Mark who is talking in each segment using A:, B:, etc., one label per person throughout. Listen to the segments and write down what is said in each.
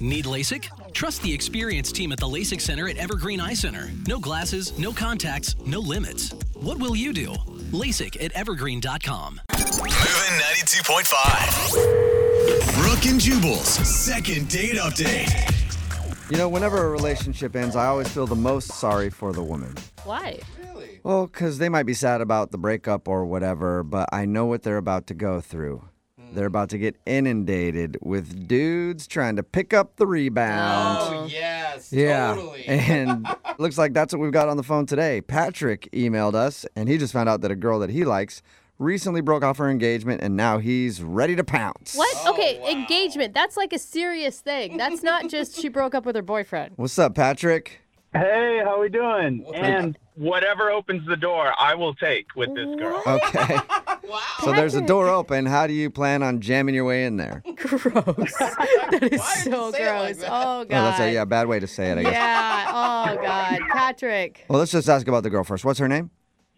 A: Need LASIK? Trust the experienced team at the LASIK Center at Evergreen Eye Center. No glasses, no contacts, no limits. What will you do? LASIK at evergreen.com.
B: Moving 92.5. Brooke and Jubal's second date update.
C: You know, whenever a relationship ends, I always feel the most sorry for the woman.
D: Why?
C: Well, because they might be sad about the breakup or whatever, but I know what they're about to go through.
E: Hmm.
C: They're about to get inundated with dudes trying to pick up the rebound.
E: Oh, yes.
C: yeah.
E: Totally.
C: And looks like that's what we've got on the phone today. Patrick emailed us, and he just found out that a girl that he likes recently broke off her engagement, and now he's ready to pounce.
D: What?
E: Oh,
D: okay, engagement. That's like a serious thing. That's not just she broke up with her boyfriend.
C: What's up, Patrick?
F: Hey, how we doing? And whatever opens the door, I will take with this girl.
C: Okay.
E: wow.
C: So there's a door open. How do you plan on jamming your way in there?
D: Gross. that is
E: Why did you
D: so
E: say it like
D: gross.
E: that?
D: oh god.
C: Oh, that's a yeah, bad way to say it, I guess.
D: Yeah. Oh god, Patrick.
C: Well, let's just ask about the girl first. What's her name?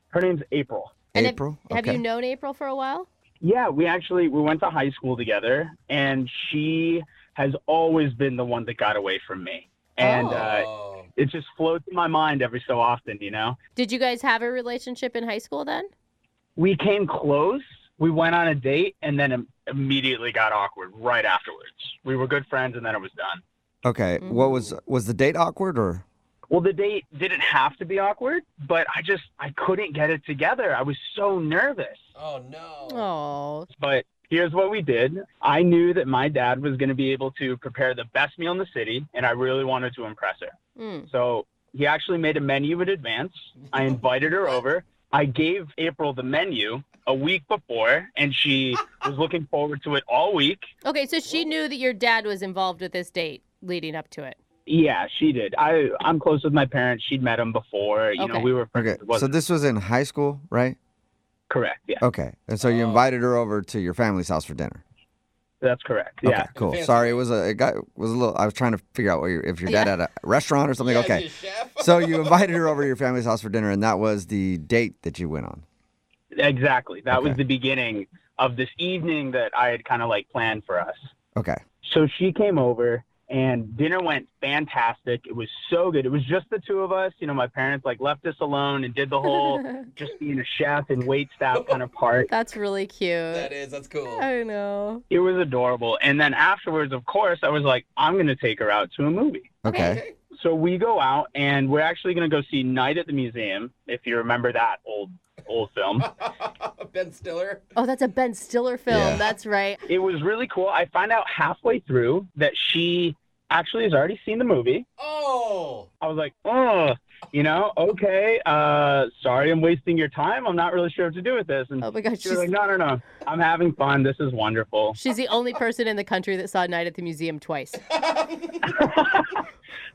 F: Her name's April.
D: And have-
C: April.
D: Have,
C: okay.
D: you known April for a while?
F: Yeah, we actually we went to high school together, and she has always been the one that got away from me, and uh,
E: Oh.
F: it just floats in my mind every so often. You know,
D: Did you guys have a relationship in high school then?
F: we came close. We went on a date, and then im- immediately got awkward right afterwards. We were good friends, and then it was done.
C: Okay.
D: Mm-hmm.
C: What was was the date awkward or?
F: Well, the date didn't have to be awkward, but I just I couldn't get it together. I was so nervous.
E: Oh, no.
D: Oh.
F: But here's what we did. I knew that my dad was going to be able to prepare the best meal in the city, and I really wanted to impress her.
D: Mm.
F: So he actually made a menu in advance. I invited her over. I gave April the menu a week before, and she was looking forward to it all week.
D: Okay, so she knew that your dad was involved with this date leading up to it.
F: Yeah, she did. I I'm close with my parents. She'd met him before. You know,
D: Okay.
F: we were friends.
C: Okay.
F: It
C: So
F: wasn't
C: this was in high school, right?
F: correct. Yeah,
C: Okay. And so you
E: Oh.
C: invited her over to your family's house for dinner.
F: that's correct.
C: Okay,
F: Yeah.
C: Cool.
E: Fancy.
C: Sorry, it was a it got was a little. I was trying to figure out what your, if your dad had a restaurant or something.
E: Yeah,
C: okay.
E: you chef.
C: So you invited her over to your family's house for dinner, and that was the date that you went on.
F: Exactly. That was
C: Okay.
F: the beginning of this evening that I had kind of like planned for us.
C: Okay.
F: So she came over and dinner went fantastic. It was so good. It was just the two of us. You know, my parents like left us alone and did the whole
E: Oh.
F: just being a chef and wait staff kind of part.
D: That's really cute.
E: that is. That's cool.
D: I know.
F: It was adorable. And then afterwards, of course, I was like, I'm going to take her out to a movie.
C: Okay.
F: So we go out and we're actually going to go see Night at the Museum, if you remember that old old film.
E: ben Stiller.
D: Oh, that's a Ben Stiller film.
C: Yeah.
D: That's right.
F: it was really cool. I find out halfway through that she actually has already seen the movie.
E: Oh.
F: I was like, oh, you know, okay, uh, sorry, I'm wasting your time. I'm not really sure what to do with this. And
D: Oh my gosh,
F: she
D: she's
F: was like, no, no, no, I'm having fun. This is wonderful.
D: She's the only person in the country that saw Night at the Museum twice.
E: Oh,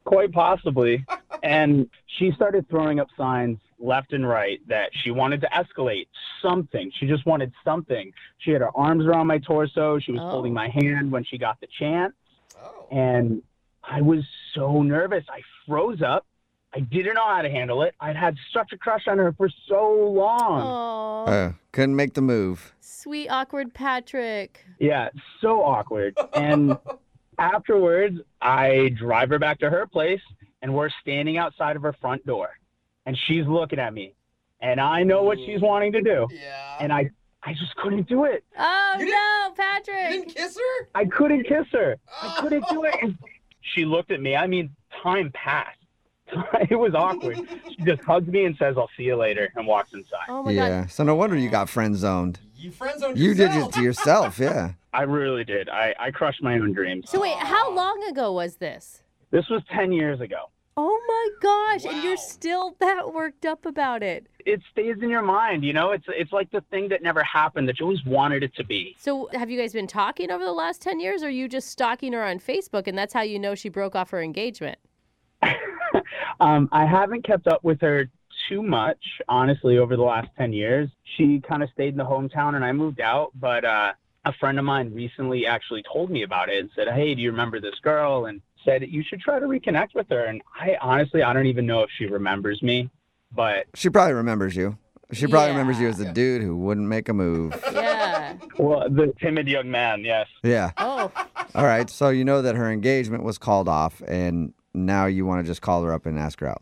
F: Quite possibly. And she started throwing up signs left and right that she wanted to escalate something. She just wanted something. She had her arms around my torso. She was
D: Oh.
F: holding my hand when she got the chance.
E: Oh.
F: and I was so nervous. I froze up. I didn't know how to handle it. I'd had such a crush on her for so long.
D: Oh,
C: Uh, couldn't make the move.
D: sweet, awkward Patrick.
F: Yeah, so awkward. And afterwards, I drive her back to her place, and we're standing outside of her front door, and she's looking at me, and I know what she's wanting to do,
E: Yeah.
F: and I, I just couldn't do it.
D: Oh
E: You
D: no,
E: You
D: Patrick!
E: didn't kiss her?
F: I couldn't kiss her.
E: Oh.
F: I couldn't do it. And she looked at me. I mean, time passed. it was
E: Oh.
F: awkward. She just hugs me and says, "I'll see you later," and walks inside.
D: Oh my
C: yeah.
D: god.
C: So no wonder you got friend zoned.
E: You friend zoned
C: You did
E: yourself.
C: it to yourself. Yeah.
F: I really did. I, I crushed my own dreams.
D: So wait, how
E: Oh.
D: long ago was this?
F: This was ten years ago.
D: Oh my gosh, and
E: Wow.
D: you're still that worked up about it.
F: It stays in your mind, you know. It's it's like the thing that never happened that you always wanted it to be.
D: So have you guys been talking over the last 10 years or are you just stalking her on Facebook and that's how you know she broke off her engagement?
F: Um, I haven't kept up with her too much, honestly, over the last 10 years. She kind of stayed in the hometown and I moved out, but uh, a friend of mine recently actually told me about it and said, Hey, do you remember this girl? And said, You should try to reconnect with her. And I honestly, I don't even know if she remembers me, but
C: She probably remembers you. She probably remembers you
D: Yeah.
C: as the dude who wouldn't make a move.
D: Yeah.
F: well, the timid young man, yes.
C: Yeah.
D: Oh.
C: All right. So you know that her engagement was called off, and now you want to just call her up and ask her out.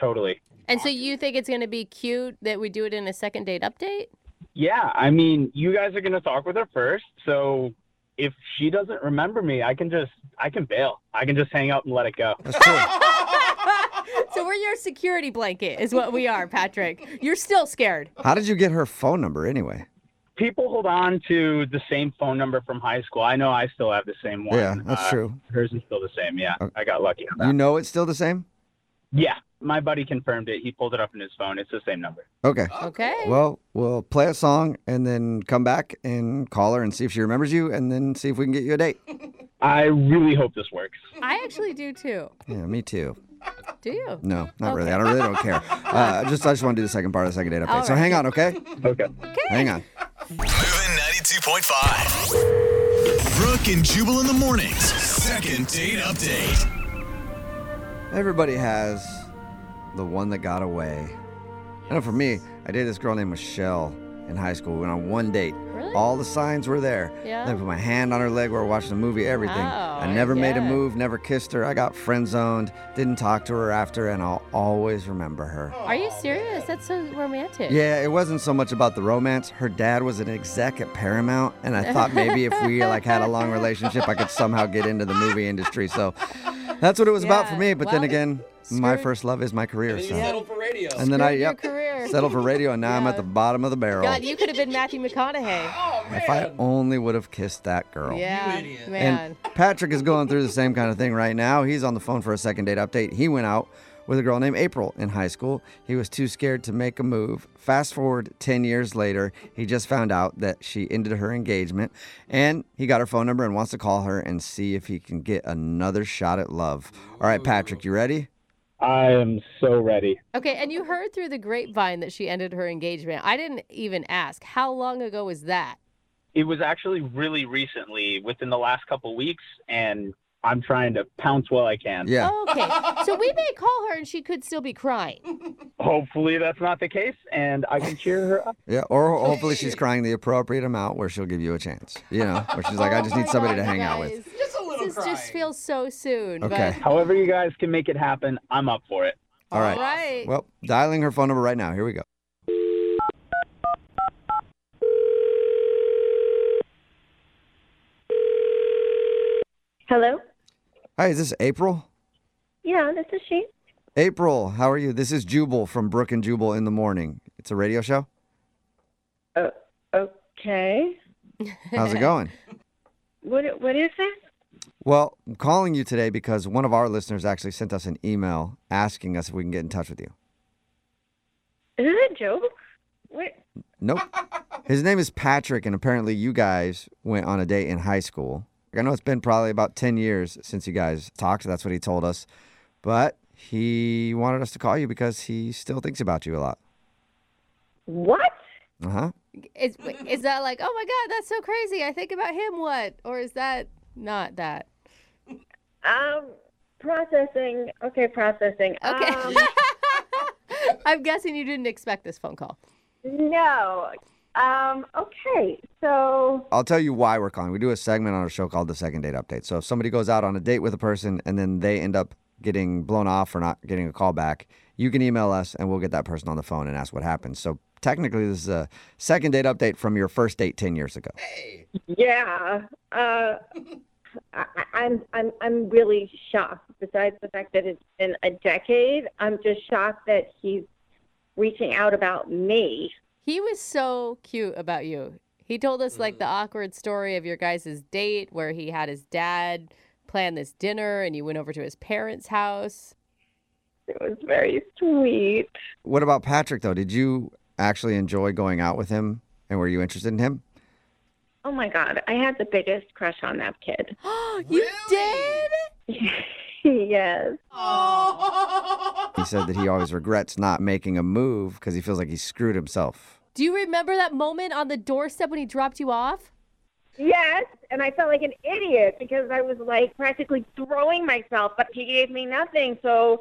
F: Totally.
D: And so you think it's going to be cute that we do it in a second date update?
F: Yeah, I mean, you guys are gonna talk with her first, so if she doesn't remember me, I can just I can bail. I can just hang up and let it go.
C: That's true.
D: So we're your security blanket, is what we are, Patrick. You're still scared.
C: How did you get her phone number anyway?
F: People hold on to the same phone number from high school. I know I still have the same one.
C: Yeah, that's
F: Uh,
C: true. Uh,
F: Hers is still the same. Yeah,
C: Okay.
F: I got lucky on that.
C: You know it's still the same?
F: yeah, my buddy confirmed it. He pulled it up in his phone. It's the same number.
C: Okay.
D: Okay.
C: Well, we'll play a song and then come back and call her and see if she remembers you and then see if we can get you a date.
F: I really hope this works.
D: I actually do too.
C: Yeah, me too.
D: Do you?
C: No, not really. I don't really don't care. Uh, just I just want to do the second part of the second date update.
D: All
C: So
D: right.
C: hang on, okay?
F: Okay.
C: Hang on.
B: Moving 92.5. Brooke and Jubal in the mornings. Second date update.
C: Everybody has the one that got away. I know for me, I dated this girl named Michelle in high school. We went on one date.
D: Really?
C: All the signs were there.
D: Yeah.
C: I put my hand on her leg. We were watching a movie, everything.
D: Wow,
C: I never made a
D: yeah.
C: move, never kissed her. I got friend zoned, didn't talk to her after, and I'll always remember her.
D: Are you serious? That's so romantic.
C: Yeah, it wasn't so much about the romance. Her dad was an exec at Paramount, and I thought maybe if we like had a long relationship, I could somehow get into the movie industry. So that's what it was about for
D: Yeah,
C: me. But then
D: well,
C: again, my
D: screwed-
C: first love is my career.
E: And you
C: So.
E: settled for radio.
C: And then I
D: Ruined your
C: yep,
D: career.
C: settled for radio, and now I'm at
D: Yeah.
C: the bottom of the barrel.
D: God, you could have been Matthew McConaughey.
E: oh man.
C: if I only would have kissed that girl.
D: Yeah,
E: idiot.
D: man.
C: And Patrick is going through the same kind of thing right now. He's on the phone for a second date update. He went out with a girl named April in high school. He was too scared to make a move. Fast forward 10 years later, he just found out that she ended her engagement and he got her phone number and wants to call her and see if he can get another shot at love. All right, Patrick, you ready?
F: I am so ready.
D: Okay, and you heard through the grapevine that she ended her engagement. I didn't even ask. How long ago was that?
F: It was actually really recently, within the last couple weeks, and I'm trying to pounce while I can.
C: Yeah.
D: Okay, so we may call her and she could still be crying.
F: Hopefully that's not the case, and I can cheer her up.
C: Yeah, or hopefully she's crying the appropriate amount where she'll give you a chance. You know, where she's like, I just
D: Oh
C: need
D: my
C: somebody to
D: God,
C: hang
D: you
C: out with.
D: guys.
E: Just a little
D: This
E: crying.
D: just feels so soon.
C: Okay.
F: However you guys can make it happen, I'm up for it.
C: All
D: But,
C: right.
D: all right.
C: Well, dialing her phone number right now. Here we go.
G: Hello?
C: Hi, is this April?
G: Yeah, this is she.
C: April, how are you? This is Jubal from Brook and Jubal in the morning. It's a radio show.
G: Oh, okay.
C: How's it going?
G: What what is that?
C: Well, I'm calling you today because one of our listeners actually sent us an email asking us if we can get in touch with you.
G: Is it Joe? What?
C: Nope. His name is Patrick, and apparently you guys went on a date in high school. I know it's been probably about 10 years since you guys talked. That's what he told us. But he wanted us to call you because he still thinks about you a lot.
G: What?
C: Uh huh.
D: Is, is that like, oh my God, that's so crazy. I think about him, what? Or is that not that?
G: Um, processing. Okay, processing.
D: Okay.
G: Um,
D: I'm guessing you didn't expect this phone call.
G: no. Um, okay. So,
C: I'll tell you why we're calling. We do a segment on our show called the Second Date Update. So if somebody goes out on a date with a person and then they end up getting blown off or not getting a call back, you can email us and we'll get that person on the phone and ask what happened. So technically, this is a second date update from your first date 10 years ago.
G: yeah. Uh, I, I- I'm I'm I'm really shocked. Besides the fact that it's been a decade, I'm just shocked that he's reaching out about me.
D: He was so cute about you. He told us like the awkward story of your guys' date where he had his dad plan this dinner and you went over to his parents' house.
G: It was very sweet.
C: What about Patrick, though? Did you actually enjoy going out with him and were you interested in him?
G: Oh my god, I had the biggest crush on that kid.
D: you did?
G: yes.
C: He said that he always regrets not making a move because he feels like he screwed himself.
D: Do you remember that moment on the doorstep when he dropped you off?
G: Yes. And I felt like an idiot because I was like practically throwing myself, but he gave me nothing. So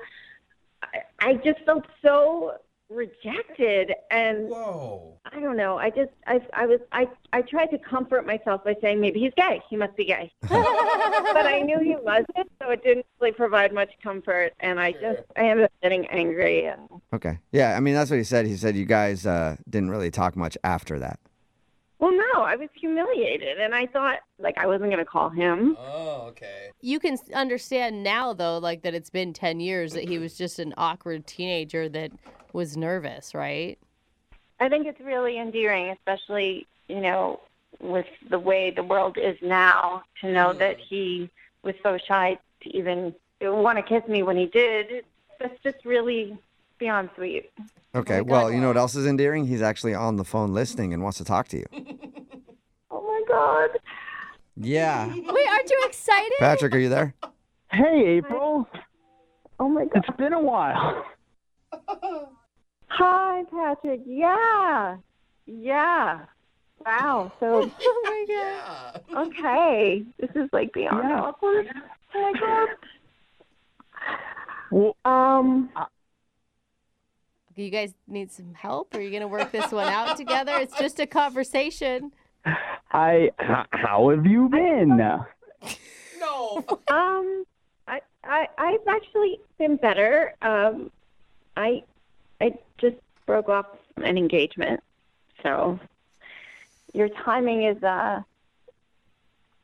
G: I, I just felt so rejected and
E: Whoa.
G: I don't know. I just I I was I I tried to comfort myself by saying maybe he's gay. He must be gay. but I knew he wasn't, so it didn't really provide much comfort and I just I ended up getting angry and
C: Okay. Yeah, I mean that's what he said. He said you guys uh, didn't really talk much after that.
G: well no, I was humiliated and I thought like I wasn't gonna call him.
E: Oh, okay.
D: You can s- understand now, though, like that it's been 10 years that he was just an awkward teenager that was nervous, right?
G: I think it's really endearing, especially, you know, with the way the world is now, to know that he was so shy to even want to kiss me when he did. That's just really beyond sweet.
C: Okay. well, you know what else is endearing? He's actually on the phone listening and wants to talk to you.
G: Oh my God.
C: Yeah.
D: Wait, aren't you excited?
C: Patrick, are you there?
F: Hey, April.
G: Oh my God.
F: It's been a while.
G: Hi, Patrick. Yeah. Yeah. Wow. So,
D: Oh my God.
E: Yeah.
G: okay. This is like beyond
F: Yeah.
G: awkward. Oh my
F: Well, uh,
G: God. Um,
D: You guys need some help? Are you going to work this one out together? It's just a conversation.
F: I. h- How have you been?
E: No.
G: Um, I, I, I've actually been better. Um, I, I just broke off an engagement, so your timing is uh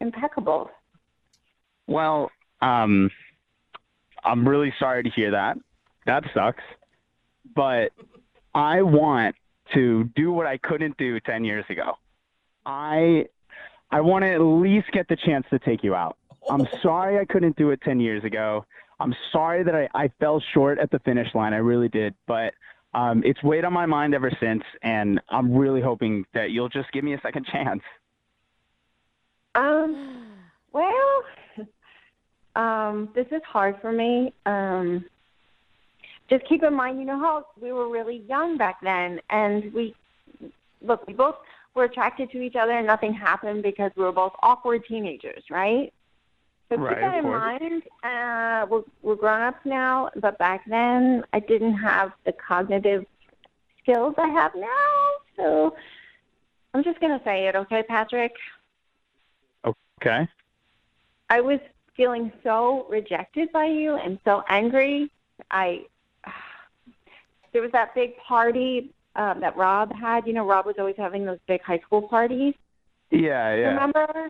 G: impeccable.
F: Well, um, I'm really sorry to hear that. That sucks. But I want to do what I couldn't do 10 years ago. I I want to at least get the chance to take you out. I'm sorry I couldn't do it 10 years ago. I'm sorry that I, I fell short at the finish line. I really did. But um, it's weighed on my mind ever since. And I'm really hoping that you'll just give me a second chance.
G: Um, well, um, this is hard for me. Um, just keep in mind, you know how we were really young back then, and we look, we both were attracted to each other, and nothing happened because we were both awkward teenagers, right? So
F: Right,
G: keep that
F: of
G: in
F: course.
G: mind. Uh, we're we're grown ups now, but back then I didn't have the cognitive skills I have now. So I'm just gonna say it, okay, Patrick?
F: Okay.
G: I was feeling so rejected by you and so angry. I there was that big party um, that Rob had. You know, Rob was always having those big high school parties.
F: Yeah, yeah.
G: Remember?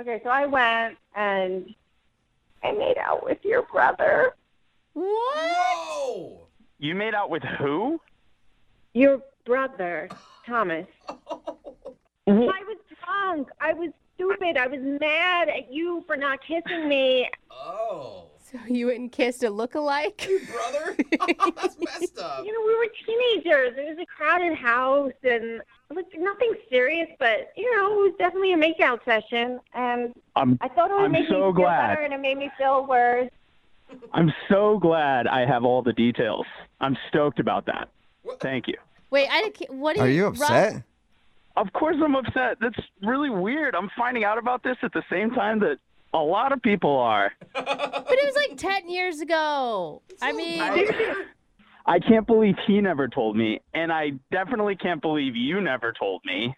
G: Okay, so I went and I made out with your brother.
E: Whoa.
F: You made out with who?
G: Your brother, Thomas. I was drunk. I was stupid. I was mad at you for not kissing me.
E: Oh.
D: So you went and kissed a look-alike?
E: Brother? That's messed up.
G: you know, we were teenagers. It was a crowded house, and it was nothing serious, but you know, it was definitely a makeout session. And
F: I'm
G: I thought it would
F: I'm
G: make
F: so
G: me
F: glad.
G: feel better, and it made me feel worse.
F: I'm so glad I have all the details. I'm stoked about that. Thank you.
D: Wait, I didn't. What do
C: Are you
D: Rob-
C: upset?
F: Of course I'm upset. That's really weird. I'm finding out about this at the same time that a lot of people are.
D: but it was like 10 years ago. I mean,
F: I, I can't believe he never told me, and I definitely can't believe you never told me.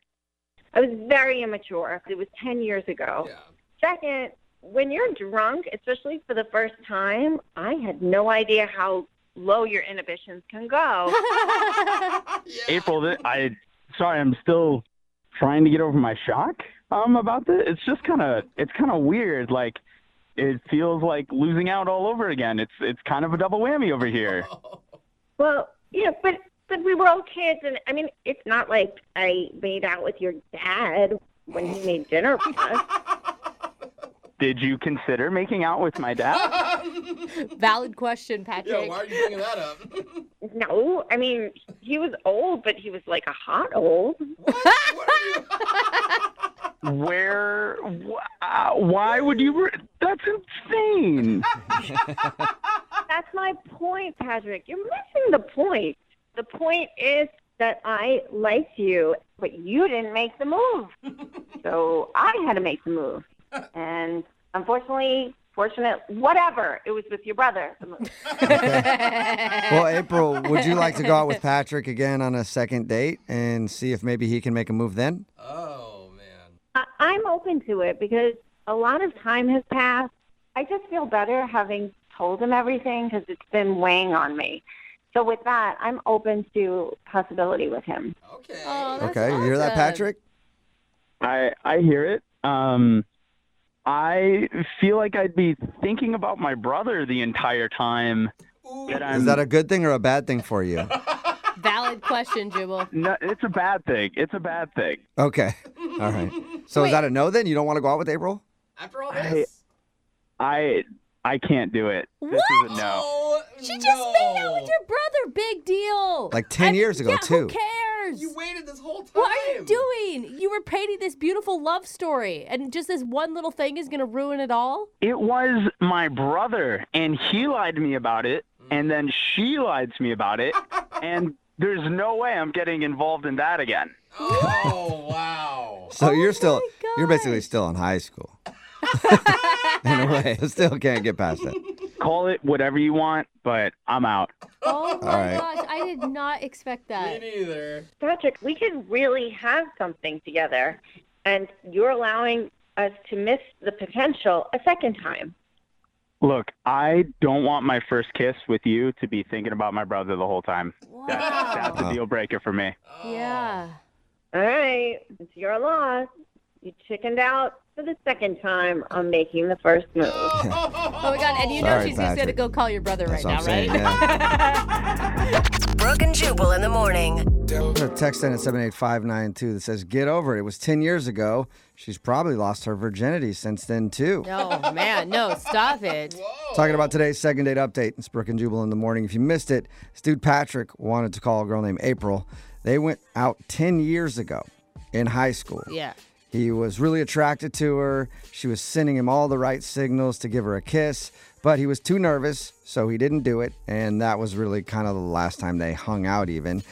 G: I was very immature. It was ten years ago.
E: Yeah.
G: Second, when you're drunk, especially for the first time, I had no idea how low your inhibitions can go.
E: Yeah.
F: April, th- I sorry, I'm still trying to get over my shock um about this. It's just kind of it's kind of weird like it feels like losing out all over again. It's it's kind of a double whammy over here.
G: Well, yeah, but but we were all kids, and I mean, it's not like I made out with your dad when he made dinner for us.
F: Did you consider making out with my dad?
D: valid question,
E: Yeah,
D: Patrick.
E: why are you bringing that up?
G: No, I mean, he was old, but he was like a hot old.
E: what are you?
F: Where? Wh- uh, why would you? Re- That's insane.
G: That's my point, Patrick. You're missing the point. The point is that I liked you, but you didn't make the move. so I had to make the move. And unfortunately, unfortunate. Whatever. It was with your brother.
C: Well, April, would you like to go out with Patrick again on a second date and see if maybe he can make a move then?
E: Oh man.
G: I- I'm open to it because a lot of time has passed. I just feel better having told him everything because it's been weighing on me. So with that, I'm open to possibility with him.
E: Okay.
D: Oh, that's
C: okay, you hear that,
D: awesome.
C: Patrick?
F: I I hear it. Um, I feel like I'd be thinking about my brother the entire time that I'm.
C: Is that a good thing or a bad thing for you?
D: Valid question, Jubal.
F: no, it's a bad thing. It's a bad thing.
C: Okay, all right. So is
D: Wait.
C: that a no then? You don't want to go out with April?
E: After all this.
F: Hey, I I can't do it. This is a no.
E: Oh,
D: She just
E: no.
D: made out with your brother. Big deal.
C: Like 10 years ago,
D: yeah,
C: too.
D: Who cares?
E: You waited this whole time.
D: what are you doing? You were painting this beautiful love story, and just this one little thing is gonna ruin it all.
F: It was my brother, and he lied to me about it, and then she lied to me about it, and there's no way I'm getting involved in that again.
E: Oh wow.
C: So you're still,
D: my
C: you're basically
D: gosh.
C: still in high school. in a way, still can't get past it.
F: Call it whatever you want, but I'm out.
D: Oh my
C: right.
D: gosh, I did not expect
E: Me
D: that.
E: neither.
G: Patrick, we could really have something together, and you're allowing us to miss the potential a second time.
F: Look, I don't want my first kiss with you to be thinking about my brother the whole time.
D: Wow.
F: That's a deal breaker for me.
E: Oh.
D: Yeah.
G: All right, it's your loss. You chickened out for the second time on making the first move.
D: Oh my god, and you know
C: Sorry,
D: she's gonna say to
C: Patrick.
D: go call your brother
C: That's
D: right now,
C: what I'm
D: right?
C: saying. Yeah.
H: Brooke and Jubal in the morning.
C: Put a text in at 78592 that says, Get over it. It was 10 years ago. She's probably lost her virginity since then, too.
D: No, man, no, stop it.
C: Talking about today's second date update. It's Brooke and Jubal in the morning. If you missed it, this dude Patrick wanted to call a girl named April. They went out 10 years ago in high school.
D: Yeah.
C: He was really attracted to her. She was sending him all the right signals to give her a kiss, but he was too nervous, so he didn't do it. And that was really kind of the last time they hung out, even.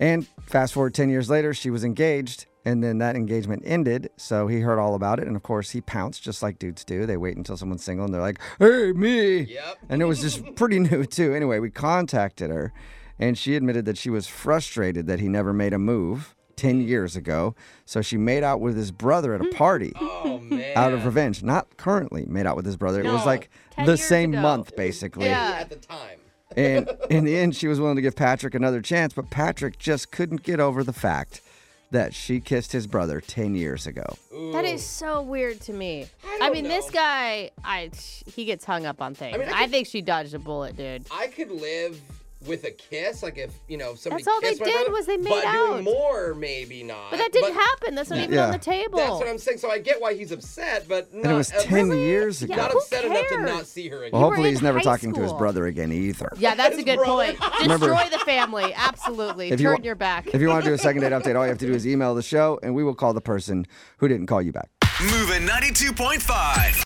C: And fast forward 10 years later, she was engaged, and then that engagement ended. So he heard all about it. And of course, he pounced just like dudes do. They wait until someone's single and they're like, hey, me.
E: Yep.
C: And it was just pretty new, too. Anyway, we contacted her, and she admitted that she was frustrated that he never made a move 10 years ago. So she made out with his brother
D: Hmm.
C: at a party
E: Oh man.
C: out of revenge. Not currently made out with his brother. it was
D: No,
C: like
D: 10
C: the
D: years
C: same
D: ago.
C: month, basically.
D: Yeah.
E: at the time.
C: And in the end, she was willing to give Patrick another chance, but Patrick just couldn't get over the fact that she kissed his brother 10 years ago.
D: That is so weird to me. I,
E: don't
D: mean, this
E: know.
D: guy, I he gets hung up on things. I,
E: mean, I could-
D: think she dodged a bullet, dude.
E: I could live with a kiss, like if you know somebody.
D: That's all they
E: kissed my
D: did
E: brother,
D: was they made
E: but
D: out.
E: doing more, maybe not.
D: But that didn't happen. That's not even
C: Yeah.
D: on the table.
E: That's what I'm saying. So I get why he's upset, but not
C: And it was
E: uh,
C: 10 years ago.
D: Yeah,
E: Not
D: who
E: upset enough to
D: cares?
E: not see her again.
C: well, hopefully
D: in
C: he's never
D: high
C: talking to his
D: school.
C: brother again either.
D: yeah, that's a good
E: brother.
D: point. Destroy the family. Absolutely.
C: If you
D: Turn
C: want-
D: your back.
C: If you want to do a second date update, all you have to do is email the show, and we will call the person who didn't call you back.
B: Moving 92.5.